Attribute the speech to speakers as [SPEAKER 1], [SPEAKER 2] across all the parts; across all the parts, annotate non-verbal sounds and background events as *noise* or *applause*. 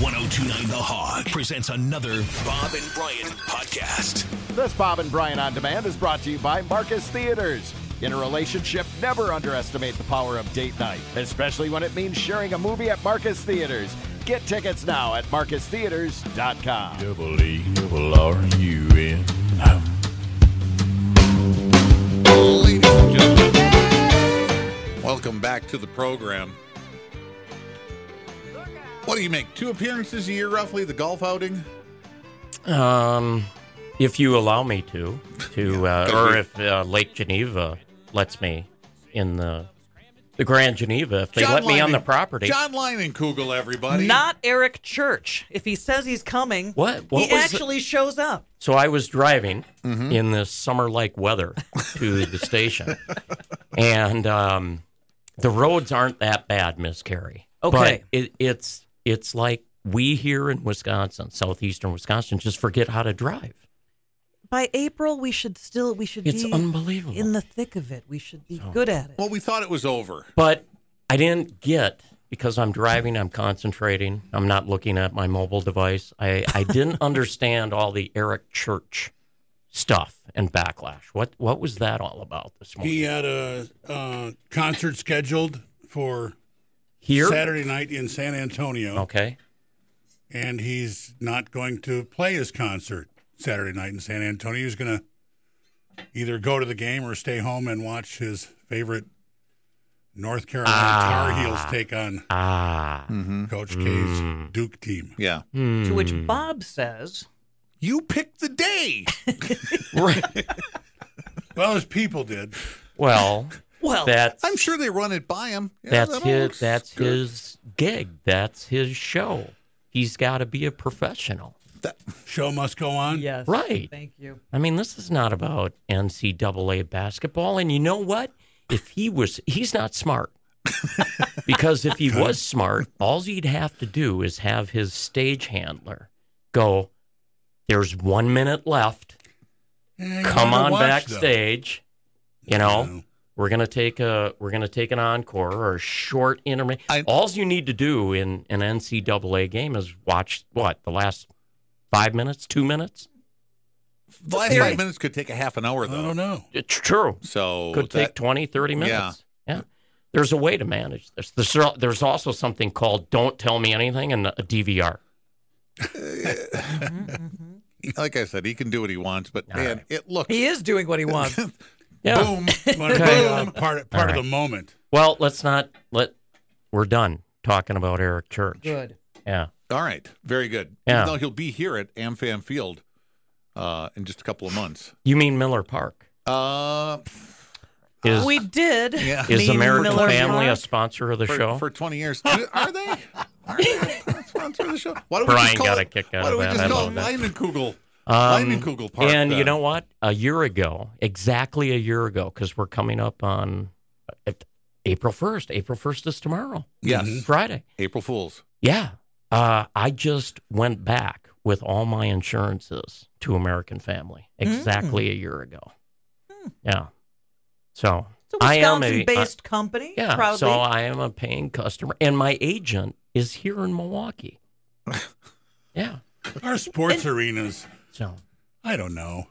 [SPEAKER 1] 1029 The Hog presents another Bob and Brian podcast.
[SPEAKER 2] This Bob and Brian on Demand is brought to you by Marcus Theaters. In a relationship, never underestimate the power of date night, especially when it means sharing a movie at Marcus Theaters. Get tickets now at marcustheaters.com.
[SPEAKER 3] Double E, double R, U N.
[SPEAKER 4] Ladies and gentlemen, welcome back to the program. What do you make? Two appearances a year, roughly. The golf outing.
[SPEAKER 5] Um, if you allow me to, to uh, or if uh, Lake Geneva lets me in the the Grand Geneva, if they let me on the
[SPEAKER 4] Leinenkugel-
[SPEAKER 5] property.
[SPEAKER 4] John Kugel, everybody.
[SPEAKER 6] Not Eric Church. If he says he's coming,
[SPEAKER 5] What- what
[SPEAKER 6] he
[SPEAKER 5] was the-
[SPEAKER 6] actually shows up.
[SPEAKER 5] So I was driving in this summer-like weather to the station, and um, the roads aren't that bad, Miss Carey. but
[SPEAKER 6] Okay.
[SPEAKER 5] it, it's it's like we here in Wisconsin, southeastern Wisconsin, just forget how to drive.
[SPEAKER 6] By April, we should still we should
[SPEAKER 5] It's
[SPEAKER 6] be
[SPEAKER 5] unbelievable. Oh.
[SPEAKER 6] in the thick of it. We should be good at it.
[SPEAKER 4] Well, we thought it was over.
[SPEAKER 5] But I didn't get because I'm driving, I'm concentrating, I'm not looking at my mobile device. I, I didn't understand all the Eric Church stuff and backlash. What what was that all about this morning?
[SPEAKER 7] He had a uh, concert scheduled for
[SPEAKER 5] Here?
[SPEAKER 7] Saturday night in San Antonio,
[SPEAKER 5] Okay.
[SPEAKER 7] and he's not going to play his concert Saturday night in San Antonio. He's going to either go to the game or stay home and watch his favorite North Carolina Tar Heels take on Mm-hmm.
[SPEAKER 5] Ah.
[SPEAKER 7] Coach K's Duke team.
[SPEAKER 4] Yeah.
[SPEAKER 6] to which Bob says,
[SPEAKER 4] You picked the day.
[SPEAKER 5] Right.
[SPEAKER 7] Well, his people did.
[SPEAKER 5] Well,
[SPEAKER 6] "Well,
[SPEAKER 5] that's
[SPEAKER 4] I'm sure they run it by him. Yeah,
[SPEAKER 5] that's
[SPEAKER 4] that all
[SPEAKER 5] his
[SPEAKER 4] looks
[SPEAKER 5] that's
[SPEAKER 4] good.
[SPEAKER 5] his gig. That's his show. He's got to be a professional.
[SPEAKER 4] That-
[SPEAKER 7] Show must go on.
[SPEAKER 6] yes,
[SPEAKER 5] Right.
[SPEAKER 6] Thank you.
[SPEAKER 5] I mean, this is not about NCAA basketball. And you know what? If he was, he's not smart. *laughs* because if he was smart, all he'd have to do is have his stage handler go, there's one minute left.
[SPEAKER 7] Eh, you
[SPEAKER 5] Come
[SPEAKER 7] wanna
[SPEAKER 5] on
[SPEAKER 7] watch, though.
[SPEAKER 5] backstage. You know,
[SPEAKER 7] No.
[SPEAKER 5] we're gonna take a we're gonna take an encore or a short intermission.
[SPEAKER 4] I-
[SPEAKER 5] All you need to do in an NCAA game is watch what the last five minutes, two minutes.
[SPEAKER 4] the last
[SPEAKER 6] theory.
[SPEAKER 4] five minutes could take a half an hour,
[SPEAKER 7] I
[SPEAKER 4] though.
[SPEAKER 7] don't know.
[SPEAKER 5] It's true.
[SPEAKER 4] So
[SPEAKER 5] could take
[SPEAKER 4] that,
[SPEAKER 5] 20, 30 minutes. Yeah. There's a way to manage this. There's, there's also something called don't tell me anything and a DVR.
[SPEAKER 4] like I said, he can do what he wants, but man, it looked
[SPEAKER 6] He is doing what
[SPEAKER 5] *laughs*
[SPEAKER 6] he wants."
[SPEAKER 5] Yeah. *laughs*
[SPEAKER 4] boom.
[SPEAKER 7] Wanna play, uh, part part of the moment.
[SPEAKER 5] Well, let's not let we're done talking about Eric Church.
[SPEAKER 6] good.
[SPEAKER 5] Yeah.
[SPEAKER 4] All right, very good.
[SPEAKER 5] Yeah.
[SPEAKER 4] Even though he'll be here at AmFam Field uh, in just a couple of months.
[SPEAKER 5] You mean Miller Park?
[SPEAKER 4] Uh,
[SPEAKER 5] Is *laughs*
[SPEAKER 6] we did.
[SPEAKER 4] Yeah.
[SPEAKER 5] is
[SPEAKER 6] mean
[SPEAKER 5] American
[SPEAKER 6] Miller
[SPEAKER 5] Family a
[SPEAKER 6] Park.
[SPEAKER 5] sponsor of the
[SPEAKER 4] for,
[SPEAKER 5] show?
[SPEAKER 4] for 20 years. Are they? Are they a
[SPEAKER 5] *laughs*
[SPEAKER 4] sponsor of the show? Why don't
[SPEAKER 5] Brian
[SPEAKER 4] we just call
[SPEAKER 5] got
[SPEAKER 4] it,
[SPEAKER 5] a kick out
[SPEAKER 4] why
[SPEAKER 5] of
[SPEAKER 4] don't
[SPEAKER 5] that.
[SPEAKER 4] we
[SPEAKER 5] I
[SPEAKER 4] just call
[SPEAKER 5] love
[SPEAKER 4] it
[SPEAKER 5] that.
[SPEAKER 4] Lyman Kugel?
[SPEAKER 5] Um,
[SPEAKER 4] Lyman Kugel Park. uh,
[SPEAKER 5] and you
[SPEAKER 4] then?
[SPEAKER 5] know what? A year ago, exactly a year ago, because we're coming up on uh, April 1st. April 1st is tomorrow,
[SPEAKER 4] Yes.
[SPEAKER 5] Friday.
[SPEAKER 4] April Fools.
[SPEAKER 5] Yeah. Uh, I just went back with all my insurances to American Family
[SPEAKER 6] Hmm.
[SPEAKER 5] exactly a year ago. Yeah. So
[SPEAKER 6] It's a
[SPEAKER 5] I am a-
[SPEAKER 6] Hmm.
[SPEAKER 5] uh,
[SPEAKER 6] Wisconsin-based company.
[SPEAKER 5] yeah.
[SPEAKER 6] proudly.
[SPEAKER 5] So I am a paying customer, and my agent is here in
[SPEAKER 6] *laughs*
[SPEAKER 5] Milwaukee. yeah.
[SPEAKER 7] Our sports arenas.
[SPEAKER 5] So
[SPEAKER 7] I don't know.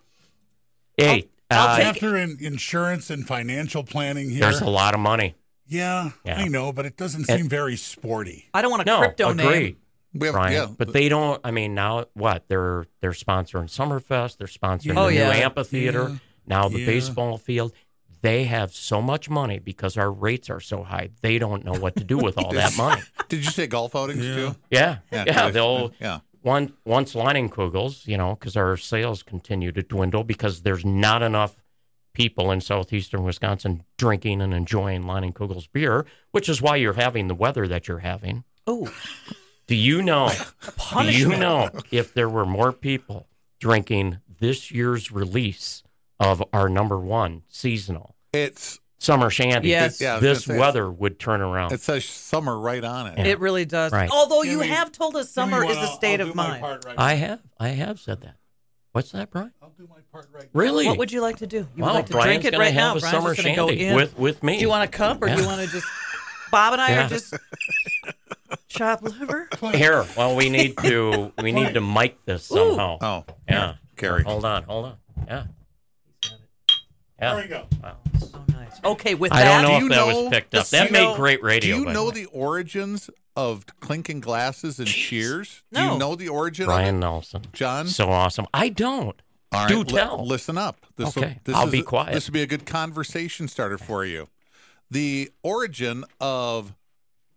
[SPEAKER 5] hey,
[SPEAKER 6] I'll
[SPEAKER 5] uh,
[SPEAKER 6] take-
[SPEAKER 7] after in insurance and financial planning here.
[SPEAKER 5] there's a lot of money.
[SPEAKER 7] yeah,
[SPEAKER 5] Yeah.
[SPEAKER 7] I know, but it doesn't
[SPEAKER 5] And-
[SPEAKER 7] seem very sporty.
[SPEAKER 6] I don't want a
[SPEAKER 5] No,
[SPEAKER 6] crypto
[SPEAKER 5] agree.
[SPEAKER 6] name.
[SPEAKER 4] We have,
[SPEAKER 5] Brian.
[SPEAKER 4] yeah,
[SPEAKER 5] But they don't. I mean, now what? They're they're sponsoring Summerfest. They're sponsoring
[SPEAKER 6] Oh,
[SPEAKER 5] the
[SPEAKER 6] yeah.
[SPEAKER 5] new amphitheater.
[SPEAKER 7] Yeah.
[SPEAKER 5] Now the
[SPEAKER 7] Yeah.
[SPEAKER 5] baseball field. They have so much money because our rates are so high. They don't know what to do with all that money.
[SPEAKER 4] did you say golf outings too?
[SPEAKER 5] Yeah,
[SPEAKER 4] Yeah,
[SPEAKER 5] yeah.
[SPEAKER 4] yeah,
[SPEAKER 5] they'll
[SPEAKER 4] yeah.
[SPEAKER 5] one once Leinenkugels, you know, because our sales continue to dwindle because there's not enough people in southeastern Wisconsin drinking and enjoying Leinenkugels beer, which is why you're having the weather that you're having.
[SPEAKER 6] Oh,
[SPEAKER 5] Do you
[SPEAKER 6] *laughs*
[SPEAKER 5] know? do you
[SPEAKER 6] punishment.
[SPEAKER 5] know if there were more people drinking this year's release of our number one seasonal
[SPEAKER 4] It's
[SPEAKER 5] summer shandy?
[SPEAKER 6] Yes.
[SPEAKER 4] Yeah, I was gonna
[SPEAKER 5] this
[SPEAKER 4] say,
[SPEAKER 5] weather would turn around.
[SPEAKER 4] it says summer right on it.
[SPEAKER 6] It really does.
[SPEAKER 5] Right.
[SPEAKER 6] Although
[SPEAKER 7] Give
[SPEAKER 6] you
[SPEAKER 7] me-
[SPEAKER 6] have told us summer is a state of mind.
[SPEAKER 5] I have, I have said that. What's that, Brian?
[SPEAKER 7] I'll do my part right.
[SPEAKER 5] Really?
[SPEAKER 6] What would you like to do? You
[SPEAKER 5] Wow,
[SPEAKER 6] would like to
[SPEAKER 5] Brian's
[SPEAKER 6] drink it
[SPEAKER 5] gonna
[SPEAKER 6] right
[SPEAKER 5] have
[SPEAKER 6] now.
[SPEAKER 5] a
[SPEAKER 6] Brian's
[SPEAKER 5] summer
[SPEAKER 6] just gonna
[SPEAKER 5] shandy
[SPEAKER 6] go in.
[SPEAKER 5] with- with me.
[SPEAKER 6] Do you want a cup or do
[SPEAKER 5] Yeah.
[SPEAKER 6] you want to just? Bob and I
[SPEAKER 5] Yeah.
[SPEAKER 6] are just. Chop liver?
[SPEAKER 5] Here, well, we need to we need to mic this somehow.
[SPEAKER 4] Oh,
[SPEAKER 5] yeah.
[SPEAKER 4] Carrie.
[SPEAKER 5] Hold on, hold on. Yeah.
[SPEAKER 7] There
[SPEAKER 5] Yeah.
[SPEAKER 7] we go.
[SPEAKER 6] Oh, nice. Okay, with
[SPEAKER 5] I
[SPEAKER 6] that.
[SPEAKER 5] don't know if
[SPEAKER 4] you
[SPEAKER 5] that
[SPEAKER 4] know
[SPEAKER 5] was picked
[SPEAKER 6] the
[SPEAKER 5] up. That
[SPEAKER 6] Cino-
[SPEAKER 5] made great
[SPEAKER 4] Do
[SPEAKER 5] radio.
[SPEAKER 4] you
[SPEAKER 5] by
[SPEAKER 4] know
[SPEAKER 5] the way.
[SPEAKER 4] the origins of clinking glasses and cheers? Do
[SPEAKER 6] No.
[SPEAKER 4] you know the origin of
[SPEAKER 5] Brian
[SPEAKER 4] it?
[SPEAKER 5] Nelson?
[SPEAKER 4] John?
[SPEAKER 5] so awesome. I don't.
[SPEAKER 4] All
[SPEAKER 5] do
[SPEAKER 4] right, li-
[SPEAKER 5] tell.
[SPEAKER 4] listen up. This
[SPEAKER 5] Okay, I'll be quiet.
[SPEAKER 4] This will be a good conversation starter for you. The origin of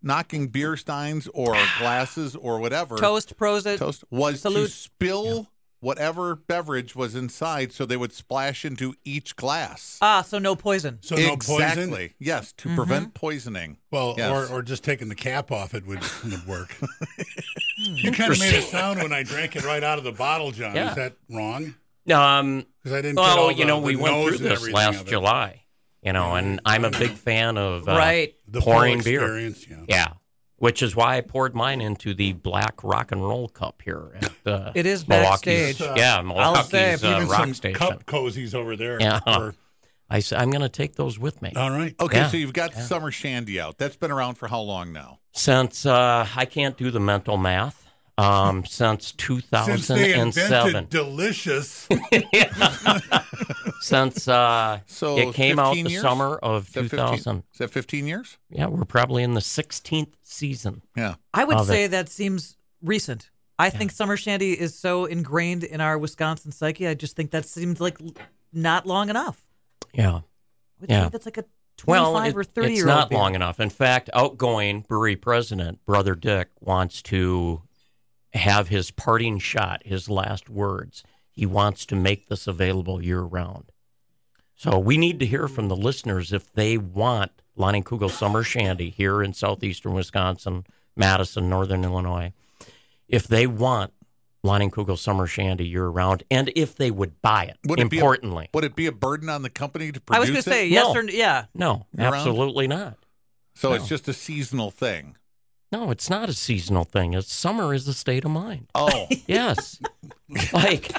[SPEAKER 4] knocking beer steins
[SPEAKER 5] *sighs*
[SPEAKER 4] or glasses or whatever
[SPEAKER 6] Toast, Prozac.
[SPEAKER 4] toast was to
[SPEAKER 6] Salute.
[SPEAKER 4] spill whatever beverage was inside, so they would splash into each glass.
[SPEAKER 6] Ah, so no poison.
[SPEAKER 7] So
[SPEAKER 4] exactly.
[SPEAKER 7] no poison.
[SPEAKER 4] Yes,
[SPEAKER 5] Mm-hmm.
[SPEAKER 4] to prevent poisoning.
[SPEAKER 7] Well,
[SPEAKER 4] Yes.
[SPEAKER 7] or, or just taking the cap off it would,
[SPEAKER 4] *laughs*
[SPEAKER 7] would work. you kind of made a sound when I drank it right out of the bottle, John.
[SPEAKER 5] Yeah.
[SPEAKER 7] Is that wrong?
[SPEAKER 5] Um.
[SPEAKER 7] Because I didn't. get
[SPEAKER 5] Well,
[SPEAKER 7] all
[SPEAKER 5] you
[SPEAKER 7] the-
[SPEAKER 5] know,
[SPEAKER 7] the
[SPEAKER 5] we went
[SPEAKER 7] nose
[SPEAKER 5] through
[SPEAKER 7] and
[SPEAKER 5] this
[SPEAKER 7] everything
[SPEAKER 5] last
[SPEAKER 7] of it.
[SPEAKER 5] July. You know, and I'm a big fan of uh,
[SPEAKER 6] Right.
[SPEAKER 7] The full
[SPEAKER 5] pouring beer.
[SPEAKER 7] experience, Yeah.
[SPEAKER 5] Yeah, which is why I poured mine into the black rock and roll cup here at uh,
[SPEAKER 6] *laughs* It is
[SPEAKER 5] Milwaukee's.
[SPEAKER 6] backstage.
[SPEAKER 5] Yeah, Milwaukee's
[SPEAKER 6] say,
[SPEAKER 5] uh,
[SPEAKER 7] Uh, Even
[SPEAKER 5] rock
[SPEAKER 7] some
[SPEAKER 5] station.
[SPEAKER 7] cup cozies over there.
[SPEAKER 5] Yeah.
[SPEAKER 7] were-
[SPEAKER 5] I said I'm going to take those with me
[SPEAKER 7] all right.
[SPEAKER 4] Okay,
[SPEAKER 5] Yeah,
[SPEAKER 4] so you've got summer shandy out. That's been around for how long now?
[SPEAKER 5] since uh, I can't do the mental math.
[SPEAKER 7] *laughs*
[SPEAKER 5] Um, since
[SPEAKER 7] Since they
[SPEAKER 5] 2007,
[SPEAKER 7] invented *laughs* delicious,
[SPEAKER 5] since uh,
[SPEAKER 4] So
[SPEAKER 5] it came out
[SPEAKER 4] 15
[SPEAKER 5] the
[SPEAKER 4] years?
[SPEAKER 5] summer of
[SPEAKER 4] Is that
[SPEAKER 5] 2000.
[SPEAKER 4] 15, is that 15 years?
[SPEAKER 5] Yeah, we're probably in the 16th season.
[SPEAKER 4] Yeah.
[SPEAKER 6] I would
[SPEAKER 5] Love
[SPEAKER 6] say that seems recent. I think summer shandy is so ingrained in our Wisconsin psyche. I just think that seems like l- not long enough.
[SPEAKER 5] Yeah.
[SPEAKER 6] I would
[SPEAKER 5] Yeah.
[SPEAKER 6] think that's like a 25
[SPEAKER 5] Well, it-
[SPEAKER 6] or 30
[SPEAKER 5] it's
[SPEAKER 6] year
[SPEAKER 5] not
[SPEAKER 6] old. beer.
[SPEAKER 5] long enough. In fact, outgoing brewery president, Brother Dick, wants to have his parting shot, his last words. He wants to make this available year round. So we need to hear from the listeners if they want Lonnie Kugel Summer Shandy here in southeastern Wisconsin, Madison, northern Illinois, if they want Lonnie Kugel Summer Shandy year round, and if they would buy it.
[SPEAKER 4] Would it be a-
[SPEAKER 5] importantly,
[SPEAKER 4] Would it be a burden on the company to produce
[SPEAKER 6] I was going to say,
[SPEAKER 4] it?
[SPEAKER 6] yes
[SPEAKER 5] No.
[SPEAKER 6] or n- yeah.
[SPEAKER 5] no,
[SPEAKER 4] Year-round?
[SPEAKER 5] absolutely not.
[SPEAKER 4] So it's just a seasonal thing.
[SPEAKER 5] No, it's not a seasonal thing. It's summer is a state of mind.
[SPEAKER 4] Oh,
[SPEAKER 5] Yes. like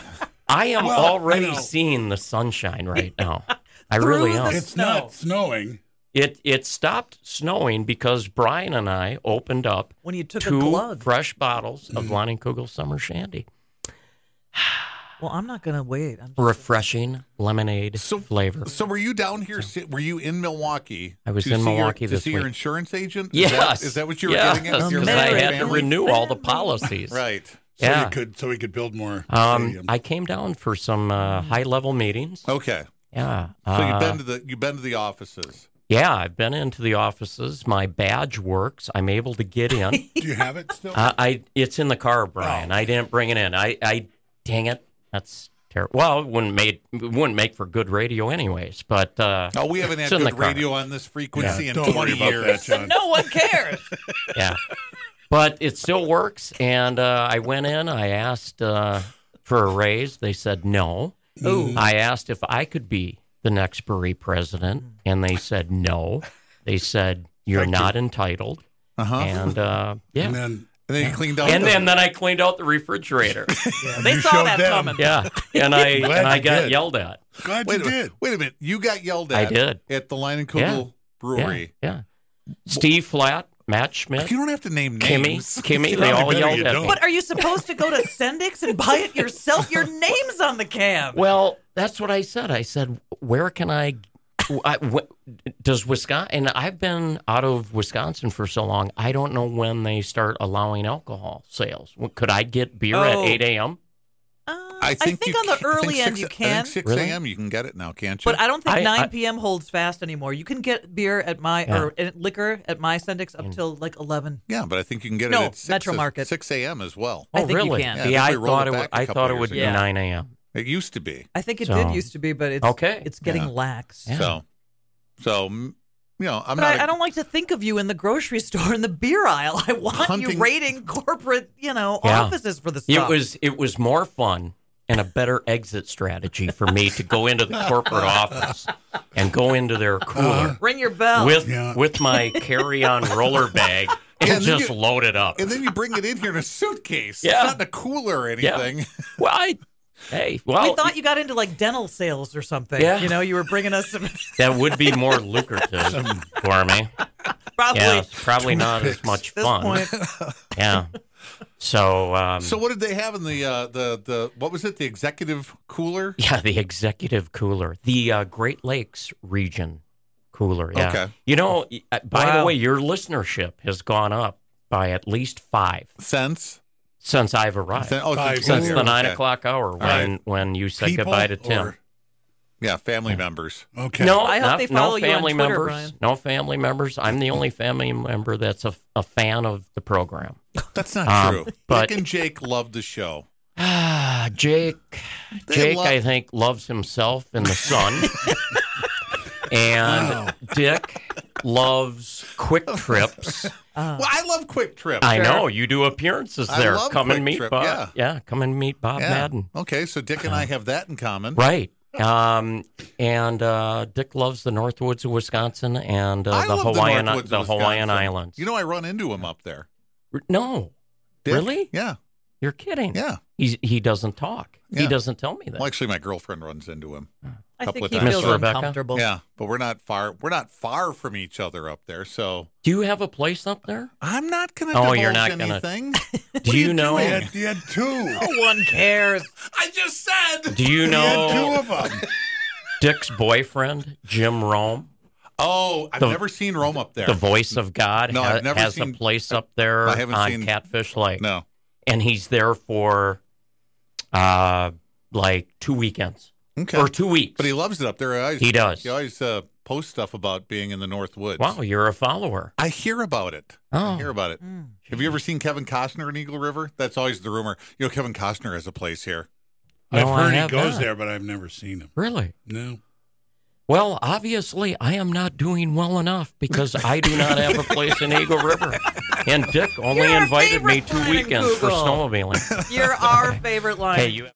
[SPEAKER 5] I am
[SPEAKER 7] Well,
[SPEAKER 5] already
[SPEAKER 7] I know.
[SPEAKER 5] seeing the sunshine right now. I really
[SPEAKER 6] Through
[SPEAKER 5] am.
[SPEAKER 6] the
[SPEAKER 7] it's
[SPEAKER 6] Snow.
[SPEAKER 7] not snowing.
[SPEAKER 5] It it stopped snowing because Brian and I opened up
[SPEAKER 6] When you took a
[SPEAKER 5] two
[SPEAKER 6] glug.
[SPEAKER 5] fresh bottles
[SPEAKER 4] Mm.
[SPEAKER 5] of Lonnie Kugel Summer Shandy.
[SPEAKER 6] Well, I'm not going to wait. I'm
[SPEAKER 5] Refreshing lemonade
[SPEAKER 4] So-
[SPEAKER 5] flavor.
[SPEAKER 4] *laughs* so were you down here? si- Were you in Milwaukee?
[SPEAKER 5] I was
[SPEAKER 4] to
[SPEAKER 5] in
[SPEAKER 4] see
[SPEAKER 5] Milwaukee
[SPEAKER 4] your, to
[SPEAKER 5] this
[SPEAKER 4] see your
[SPEAKER 5] week.
[SPEAKER 4] insurance agent. Is
[SPEAKER 5] yes.
[SPEAKER 4] that- Is that what you were
[SPEAKER 5] yes,
[SPEAKER 4] getting at? with your
[SPEAKER 5] Because I
[SPEAKER 4] married
[SPEAKER 5] had to
[SPEAKER 4] family?
[SPEAKER 5] renew all the
[SPEAKER 4] *laughs*
[SPEAKER 5] policies.
[SPEAKER 4] Right.
[SPEAKER 7] So
[SPEAKER 5] Yeah.
[SPEAKER 7] you could so we could build more
[SPEAKER 5] Um,
[SPEAKER 7] stadiums.
[SPEAKER 5] I came down for some uh, high level meetings.
[SPEAKER 4] Okay.
[SPEAKER 5] Yeah.
[SPEAKER 4] So you've
[SPEAKER 5] uh,
[SPEAKER 4] been to the you've been to the offices.
[SPEAKER 5] Yeah, I've been into the offices. My badge works. I'm able to get
[SPEAKER 4] *laughs*
[SPEAKER 5] in.
[SPEAKER 7] Do you have it still?
[SPEAKER 5] I, I it's in the car,
[SPEAKER 4] Oh.
[SPEAKER 5] Brian. I didn't bring it in. I, I dang it, that's terrible. Well, it wouldn't made it wouldn't make for good radio, anyways. But uh,
[SPEAKER 4] Oh, we haven't had
[SPEAKER 5] It's in the
[SPEAKER 4] good
[SPEAKER 5] car.
[SPEAKER 4] radio on this
[SPEAKER 7] Yeah,
[SPEAKER 4] frequency in
[SPEAKER 7] don't
[SPEAKER 4] 20
[SPEAKER 7] worry about
[SPEAKER 4] years.
[SPEAKER 7] that,
[SPEAKER 6] sorry. *laughs*
[SPEAKER 7] John.
[SPEAKER 6] no one cares.
[SPEAKER 5] yeah, but it still works. And uh, I went in. I asked uh, for a raise. They said no. I asked if I could be the next Bury president, and they said no. They said you're not entitled.
[SPEAKER 4] Uh-huh. And
[SPEAKER 5] And uh, yeah.
[SPEAKER 7] And then
[SPEAKER 4] then you cleaned out.
[SPEAKER 5] and
[SPEAKER 4] the-
[SPEAKER 5] then, then I cleaned out the refrigerator.
[SPEAKER 6] They
[SPEAKER 7] You
[SPEAKER 6] saw
[SPEAKER 7] showed
[SPEAKER 6] that
[SPEAKER 7] them.
[SPEAKER 6] coming.
[SPEAKER 5] yeah, and I and
[SPEAKER 7] Glad
[SPEAKER 5] I
[SPEAKER 7] you
[SPEAKER 5] got
[SPEAKER 7] did.
[SPEAKER 5] yelled at.
[SPEAKER 7] glad
[SPEAKER 4] wait
[SPEAKER 7] you
[SPEAKER 4] a minute.
[SPEAKER 7] did.
[SPEAKER 4] Wait a minute. You got yelled
[SPEAKER 5] I
[SPEAKER 4] at.
[SPEAKER 5] did.
[SPEAKER 4] at the Lion and Kugel
[SPEAKER 5] Yeah.
[SPEAKER 4] Brewery.
[SPEAKER 5] Yeah, yeah. Steve Flat, Matt Schmidt,
[SPEAKER 4] You don't have to name
[SPEAKER 5] Kimmy,
[SPEAKER 4] names. *laughs*
[SPEAKER 5] *laughs* Kimmy, they all
[SPEAKER 7] better
[SPEAKER 5] yelled
[SPEAKER 7] you
[SPEAKER 5] at
[SPEAKER 7] don't.
[SPEAKER 5] me.
[SPEAKER 6] But are you supposed to go to Sendix and buy it yourself? Your name's on the can.
[SPEAKER 5] Well, that's what I said. I said, where can I? I wh- does Wisconsin? And I've been out of Wisconsin for so long. I don't know when they start allowing alcohol sales. Well, Could I get beer at
[SPEAKER 6] Oh.
[SPEAKER 5] eight a.m.?
[SPEAKER 6] Uh,
[SPEAKER 4] I think, you
[SPEAKER 6] on the
[SPEAKER 4] ca- I think
[SPEAKER 6] early end
[SPEAKER 4] six-
[SPEAKER 6] you
[SPEAKER 4] I
[SPEAKER 6] can,
[SPEAKER 4] think 6
[SPEAKER 5] Really?
[SPEAKER 4] a.m. you can get it now, can't you?
[SPEAKER 6] but I don't think
[SPEAKER 5] I-
[SPEAKER 6] 9
[SPEAKER 5] I-
[SPEAKER 6] p.m. holds fast anymore. You can get beer at my
[SPEAKER 5] Yeah. Mm.
[SPEAKER 6] or uh, liquor at my Sendix up till like 11.
[SPEAKER 4] yeah, but I think you can get
[SPEAKER 6] No,
[SPEAKER 4] it at 6,
[SPEAKER 6] Metro Market.
[SPEAKER 4] 6 a.m. as well.
[SPEAKER 6] I
[SPEAKER 5] oh,
[SPEAKER 6] think you
[SPEAKER 5] really?
[SPEAKER 6] can.
[SPEAKER 4] Yeah, I
[SPEAKER 5] See,
[SPEAKER 4] think
[SPEAKER 5] I
[SPEAKER 4] they rolled
[SPEAKER 5] thought
[SPEAKER 4] it
[SPEAKER 5] it.
[SPEAKER 4] back
[SPEAKER 5] would-
[SPEAKER 4] a
[SPEAKER 5] I
[SPEAKER 4] couple
[SPEAKER 5] thought it
[SPEAKER 4] years
[SPEAKER 5] would be
[SPEAKER 6] ago.
[SPEAKER 5] nine a.m.
[SPEAKER 4] It used to be.
[SPEAKER 6] I think it
[SPEAKER 5] So-
[SPEAKER 6] did used to be, but it's
[SPEAKER 5] Okay.
[SPEAKER 6] It's getting
[SPEAKER 4] Yeah.
[SPEAKER 6] lax.
[SPEAKER 5] Yeah.
[SPEAKER 4] So, so mm, you know, I'm
[SPEAKER 6] But
[SPEAKER 4] not.
[SPEAKER 6] I, I don't like to think of you in the grocery *laughs* store in the beer aisle. I want
[SPEAKER 4] Hunting-
[SPEAKER 6] you raiding corporate, you know,
[SPEAKER 5] Yeah.
[SPEAKER 6] offices for the
[SPEAKER 5] It
[SPEAKER 6] stuff.
[SPEAKER 5] was it was more fun and a better exit strategy for me to go into the corporate office and go into their
[SPEAKER 4] Uh-huh.
[SPEAKER 5] cooler
[SPEAKER 6] ring your bell.
[SPEAKER 5] with
[SPEAKER 7] Yeah.
[SPEAKER 5] with my carry-on roller bag and,
[SPEAKER 4] Oh. *laughs* Yeah, and then
[SPEAKER 5] just
[SPEAKER 4] you-
[SPEAKER 5] load it up.
[SPEAKER 4] and then you bring it in here in a suitcase.
[SPEAKER 5] Yeah.
[SPEAKER 4] It's not in a cooler or
[SPEAKER 5] *laughs* Yeah.
[SPEAKER 4] anything.
[SPEAKER 5] Well, I Hey, well,
[SPEAKER 6] we thought you got into like dental sales or something.
[SPEAKER 5] Yeah.
[SPEAKER 6] You know, you were bringing us some. *laughs*
[SPEAKER 5] that would be more lucrative for me.
[SPEAKER 6] probably
[SPEAKER 5] Yeah,
[SPEAKER 6] at
[SPEAKER 4] *laughs*
[SPEAKER 5] it's probably not as
[SPEAKER 7] Toothpicks.
[SPEAKER 5] much
[SPEAKER 6] this
[SPEAKER 5] fun.
[SPEAKER 6] point.
[SPEAKER 5] Yeah. So, um,
[SPEAKER 4] So what did they have in the uh, the the what was it? The executive cooler?
[SPEAKER 5] *laughs* yeah, the executive cooler, the uh, Great Lakes region cooler. Yeah.
[SPEAKER 4] Okay.
[SPEAKER 5] You know, y- uh, by the
[SPEAKER 6] Wow.
[SPEAKER 5] way, your listenership has gone up by at least five
[SPEAKER 4] Sense.
[SPEAKER 5] since I've arrived.
[SPEAKER 4] Sen- oh,
[SPEAKER 7] Five.
[SPEAKER 4] you've been
[SPEAKER 5] since
[SPEAKER 4] here.
[SPEAKER 5] the nine
[SPEAKER 4] Okay.
[SPEAKER 5] o'clock hour when
[SPEAKER 4] right.
[SPEAKER 5] when you said
[SPEAKER 7] People
[SPEAKER 5] goodbye to Tim.
[SPEAKER 7] or-
[SPEAKER 4] Yeah, family members.
[SPEAKER 7] okay.
[SPEAKER 5] No,
[SPEAKER 6] I hope
[SPEAKER 5] not-
[SPEAKER 6] they follow
[SPEAKER 5] no
[SPEAKER 6] you on
[SPEAKER 5] family
[SPEAKER 6] Twitter,
[SPEAKER 5] members.
[SPEAKER 6] Brian.
[SPEAKER 5] No family members. I'm the only family member that's a, a fan of the program.
[SPEAKER 4] That's not
[SPEAKER 5] Um,
[SPEAKER 4] true.
[SPEAKER 5] but-
[SPEAKER 4] Nick and Jake love the show.
[SPEAKER 5] Ah, Jake.
[SPEAKER 4] They
[SPEAKER 5] Jake,
[SPEAKER 4] love-
[SPEAKER 5] I think, loves himself and the
[SPEAKER 4] *laughs*
[SPEAKER 5] sun. and Dick loves
[SPEAKER 4] *laughs*
[SPEAKER 5] quick trips.
[SPEAKER 6] Uh,
[SPEAKER 4] Well, I love Quick Trip.
[SPEAKER 5] I know you do appearances
[SPEAKER 4] I
[SPEAKER 5] there.
[SPEAKER 4] love
[SPEAKER 5] Come and
[SPEAKER 4] Quick
[SPEAKER 5] meet
[SPEAKER 4] Trip,
[SPEAKER 5] Bob.
[SPEAKER 4] yeah.
[SPEAKER 5] come and meet Bob
[SPEAKER 4] Yeah.
[SPEAKER 5] Madden. Uh-huh.
[SPEAKER 4] Okay, so Dick and I have that in common.
[SPEAKER 5] Right. Um, and uh, Dick loves the Northwoods of Wisconsin and uh,
[SPEAKER 4] I
[SPEAKER 5] the
[SPEAKER 4] love
[SPEAKER 5] Hawaiian
[SPEAKER 4] Northwoods of
[SPEAKER 5] the Hawaiian
[SPEAKER 4] Wisconsin.
[SPEAKER 5] Islands.
[SPEAKER 4] You know, I run into him up there.
[SPEAKER 5] no,
[SPEAKER 4] Dick?
[SPEAKER 5] Really?
[SPEAKER 4] Yeah,
[SPEAKER 5] you're kidding.
[SPEAKER 4] yeah.
[SPEAKER 5] He's, he doesn't talk. He
[SPEAKER 4] Yeah.
[SPEAKER 5] doesn't tell me that.
[SPEAKER 4] Well, actually, my girlfriend runs into him.
[SPEAKER 6] I
[SPEAKER 4] Couple
[SPEAKER 6] think
[SPEAKER 4] of
[SPEAKER 6] he
[SPEAKER 4] times.
[SPEAKER 6] feels
[SPEAKER 5] Mr. Rebecca?
[SPEAKER 6] uncomfortable.
[SPEAKER 4] Yeah, but we're not far. We're not far from each other up there. So
[SPEAKER 5] do you have a place up there?
[SPEAKER 4] I'm not going to
[SPEAKER 5] Oh,
[SPEAKER 4] divulge
[SPEAKER 5] you're not gonna-
[SPEAKER 4] *laughs* anything.
[SPEAKER 5] Do you, know?
[SPEAKER 7] You had, you had two.
[SPEAKER 6] No one cares.
[SPEAKER 4] *laughs* I just said.
[SPEAKER 5] Do you
[SPEAKER 7] You had two
[SPEAKER 5] know
[SPEAKER 7] of them.
[SPEAKER 5] Dick's boyfriend, Jim Rome,
[SPEAKER 4] *laughs* Oh, I've
[SPEAKER 5] The-
[SPEAKER 4] never seen Rome up there.
[SPEAKER 5] the voice of God,
[SPEAKER 4] No,
[SPEAKER 5] ha-
[SPEAKER 4] I've never
[SPEAKER 5] has
[SPEAKER 4] seen-
[SPEAKER 5] a place up there
[SPEAKER 4] I haven't
[SPEAKER 5] on
[SPEAKER 4] seen-
[SPEAKER 5] Catfish Lake,
[SPEAKER 4] no.
[SPEAKER 5] and he's there for uh, like two weekends
[SPEAKER 4] Okay.
[SPEAKER 5] or two weeks.
[SPEAKER 4] But he loves it up there. I always,
[SPEAKER 5] He does.
[SPEAKER 4] He always uh, posts stuff about being in the North Woods.
[SPEAKER 5] wow, you're a follower.
[SPEAKER 4] I hear about it. I
[SPEAKER 5] Oh.
[SPEAKER 4] hear about it. Have you ever seen Kevin Costner in Eagle River? That's always the rumor. You know, Kevin Costner has a place here.
[SPEAKER 5] No,
[SPEAKER 7] I've
[SPEAKER 5] I
[SPEAKER 7] heard he
[SPEAKER 5] have
[SPEAKER 7] goes
[SPEAKER 5] not.
[SPEAKER 7] there, but I've never seen him.
[SPEAKER 5] Really?
[SPEAKER 7] No.
[SPEAKER 5] Well, obviously, I am not doing well enough because I do not have a place in
[SPEAKER 4] *laughs*
[SPEAKER 5] Eagle River. And Dick only
[SPEAKER 6] You're our
[SPEAKER 5] invited me
[SPEAKER 6] favorite
[SPEAKER 5] two
[SPEAKER 6] line in
[SPEAKER 5] weekends for
[SPEAKER 6] Google. *laughs*
[SPEAKER 4] *laughs*
[SPEAKER 5] snowmobiling.
[SPEAKER 6] You're our favorite line.
[SPEAKER 5] Hey, you.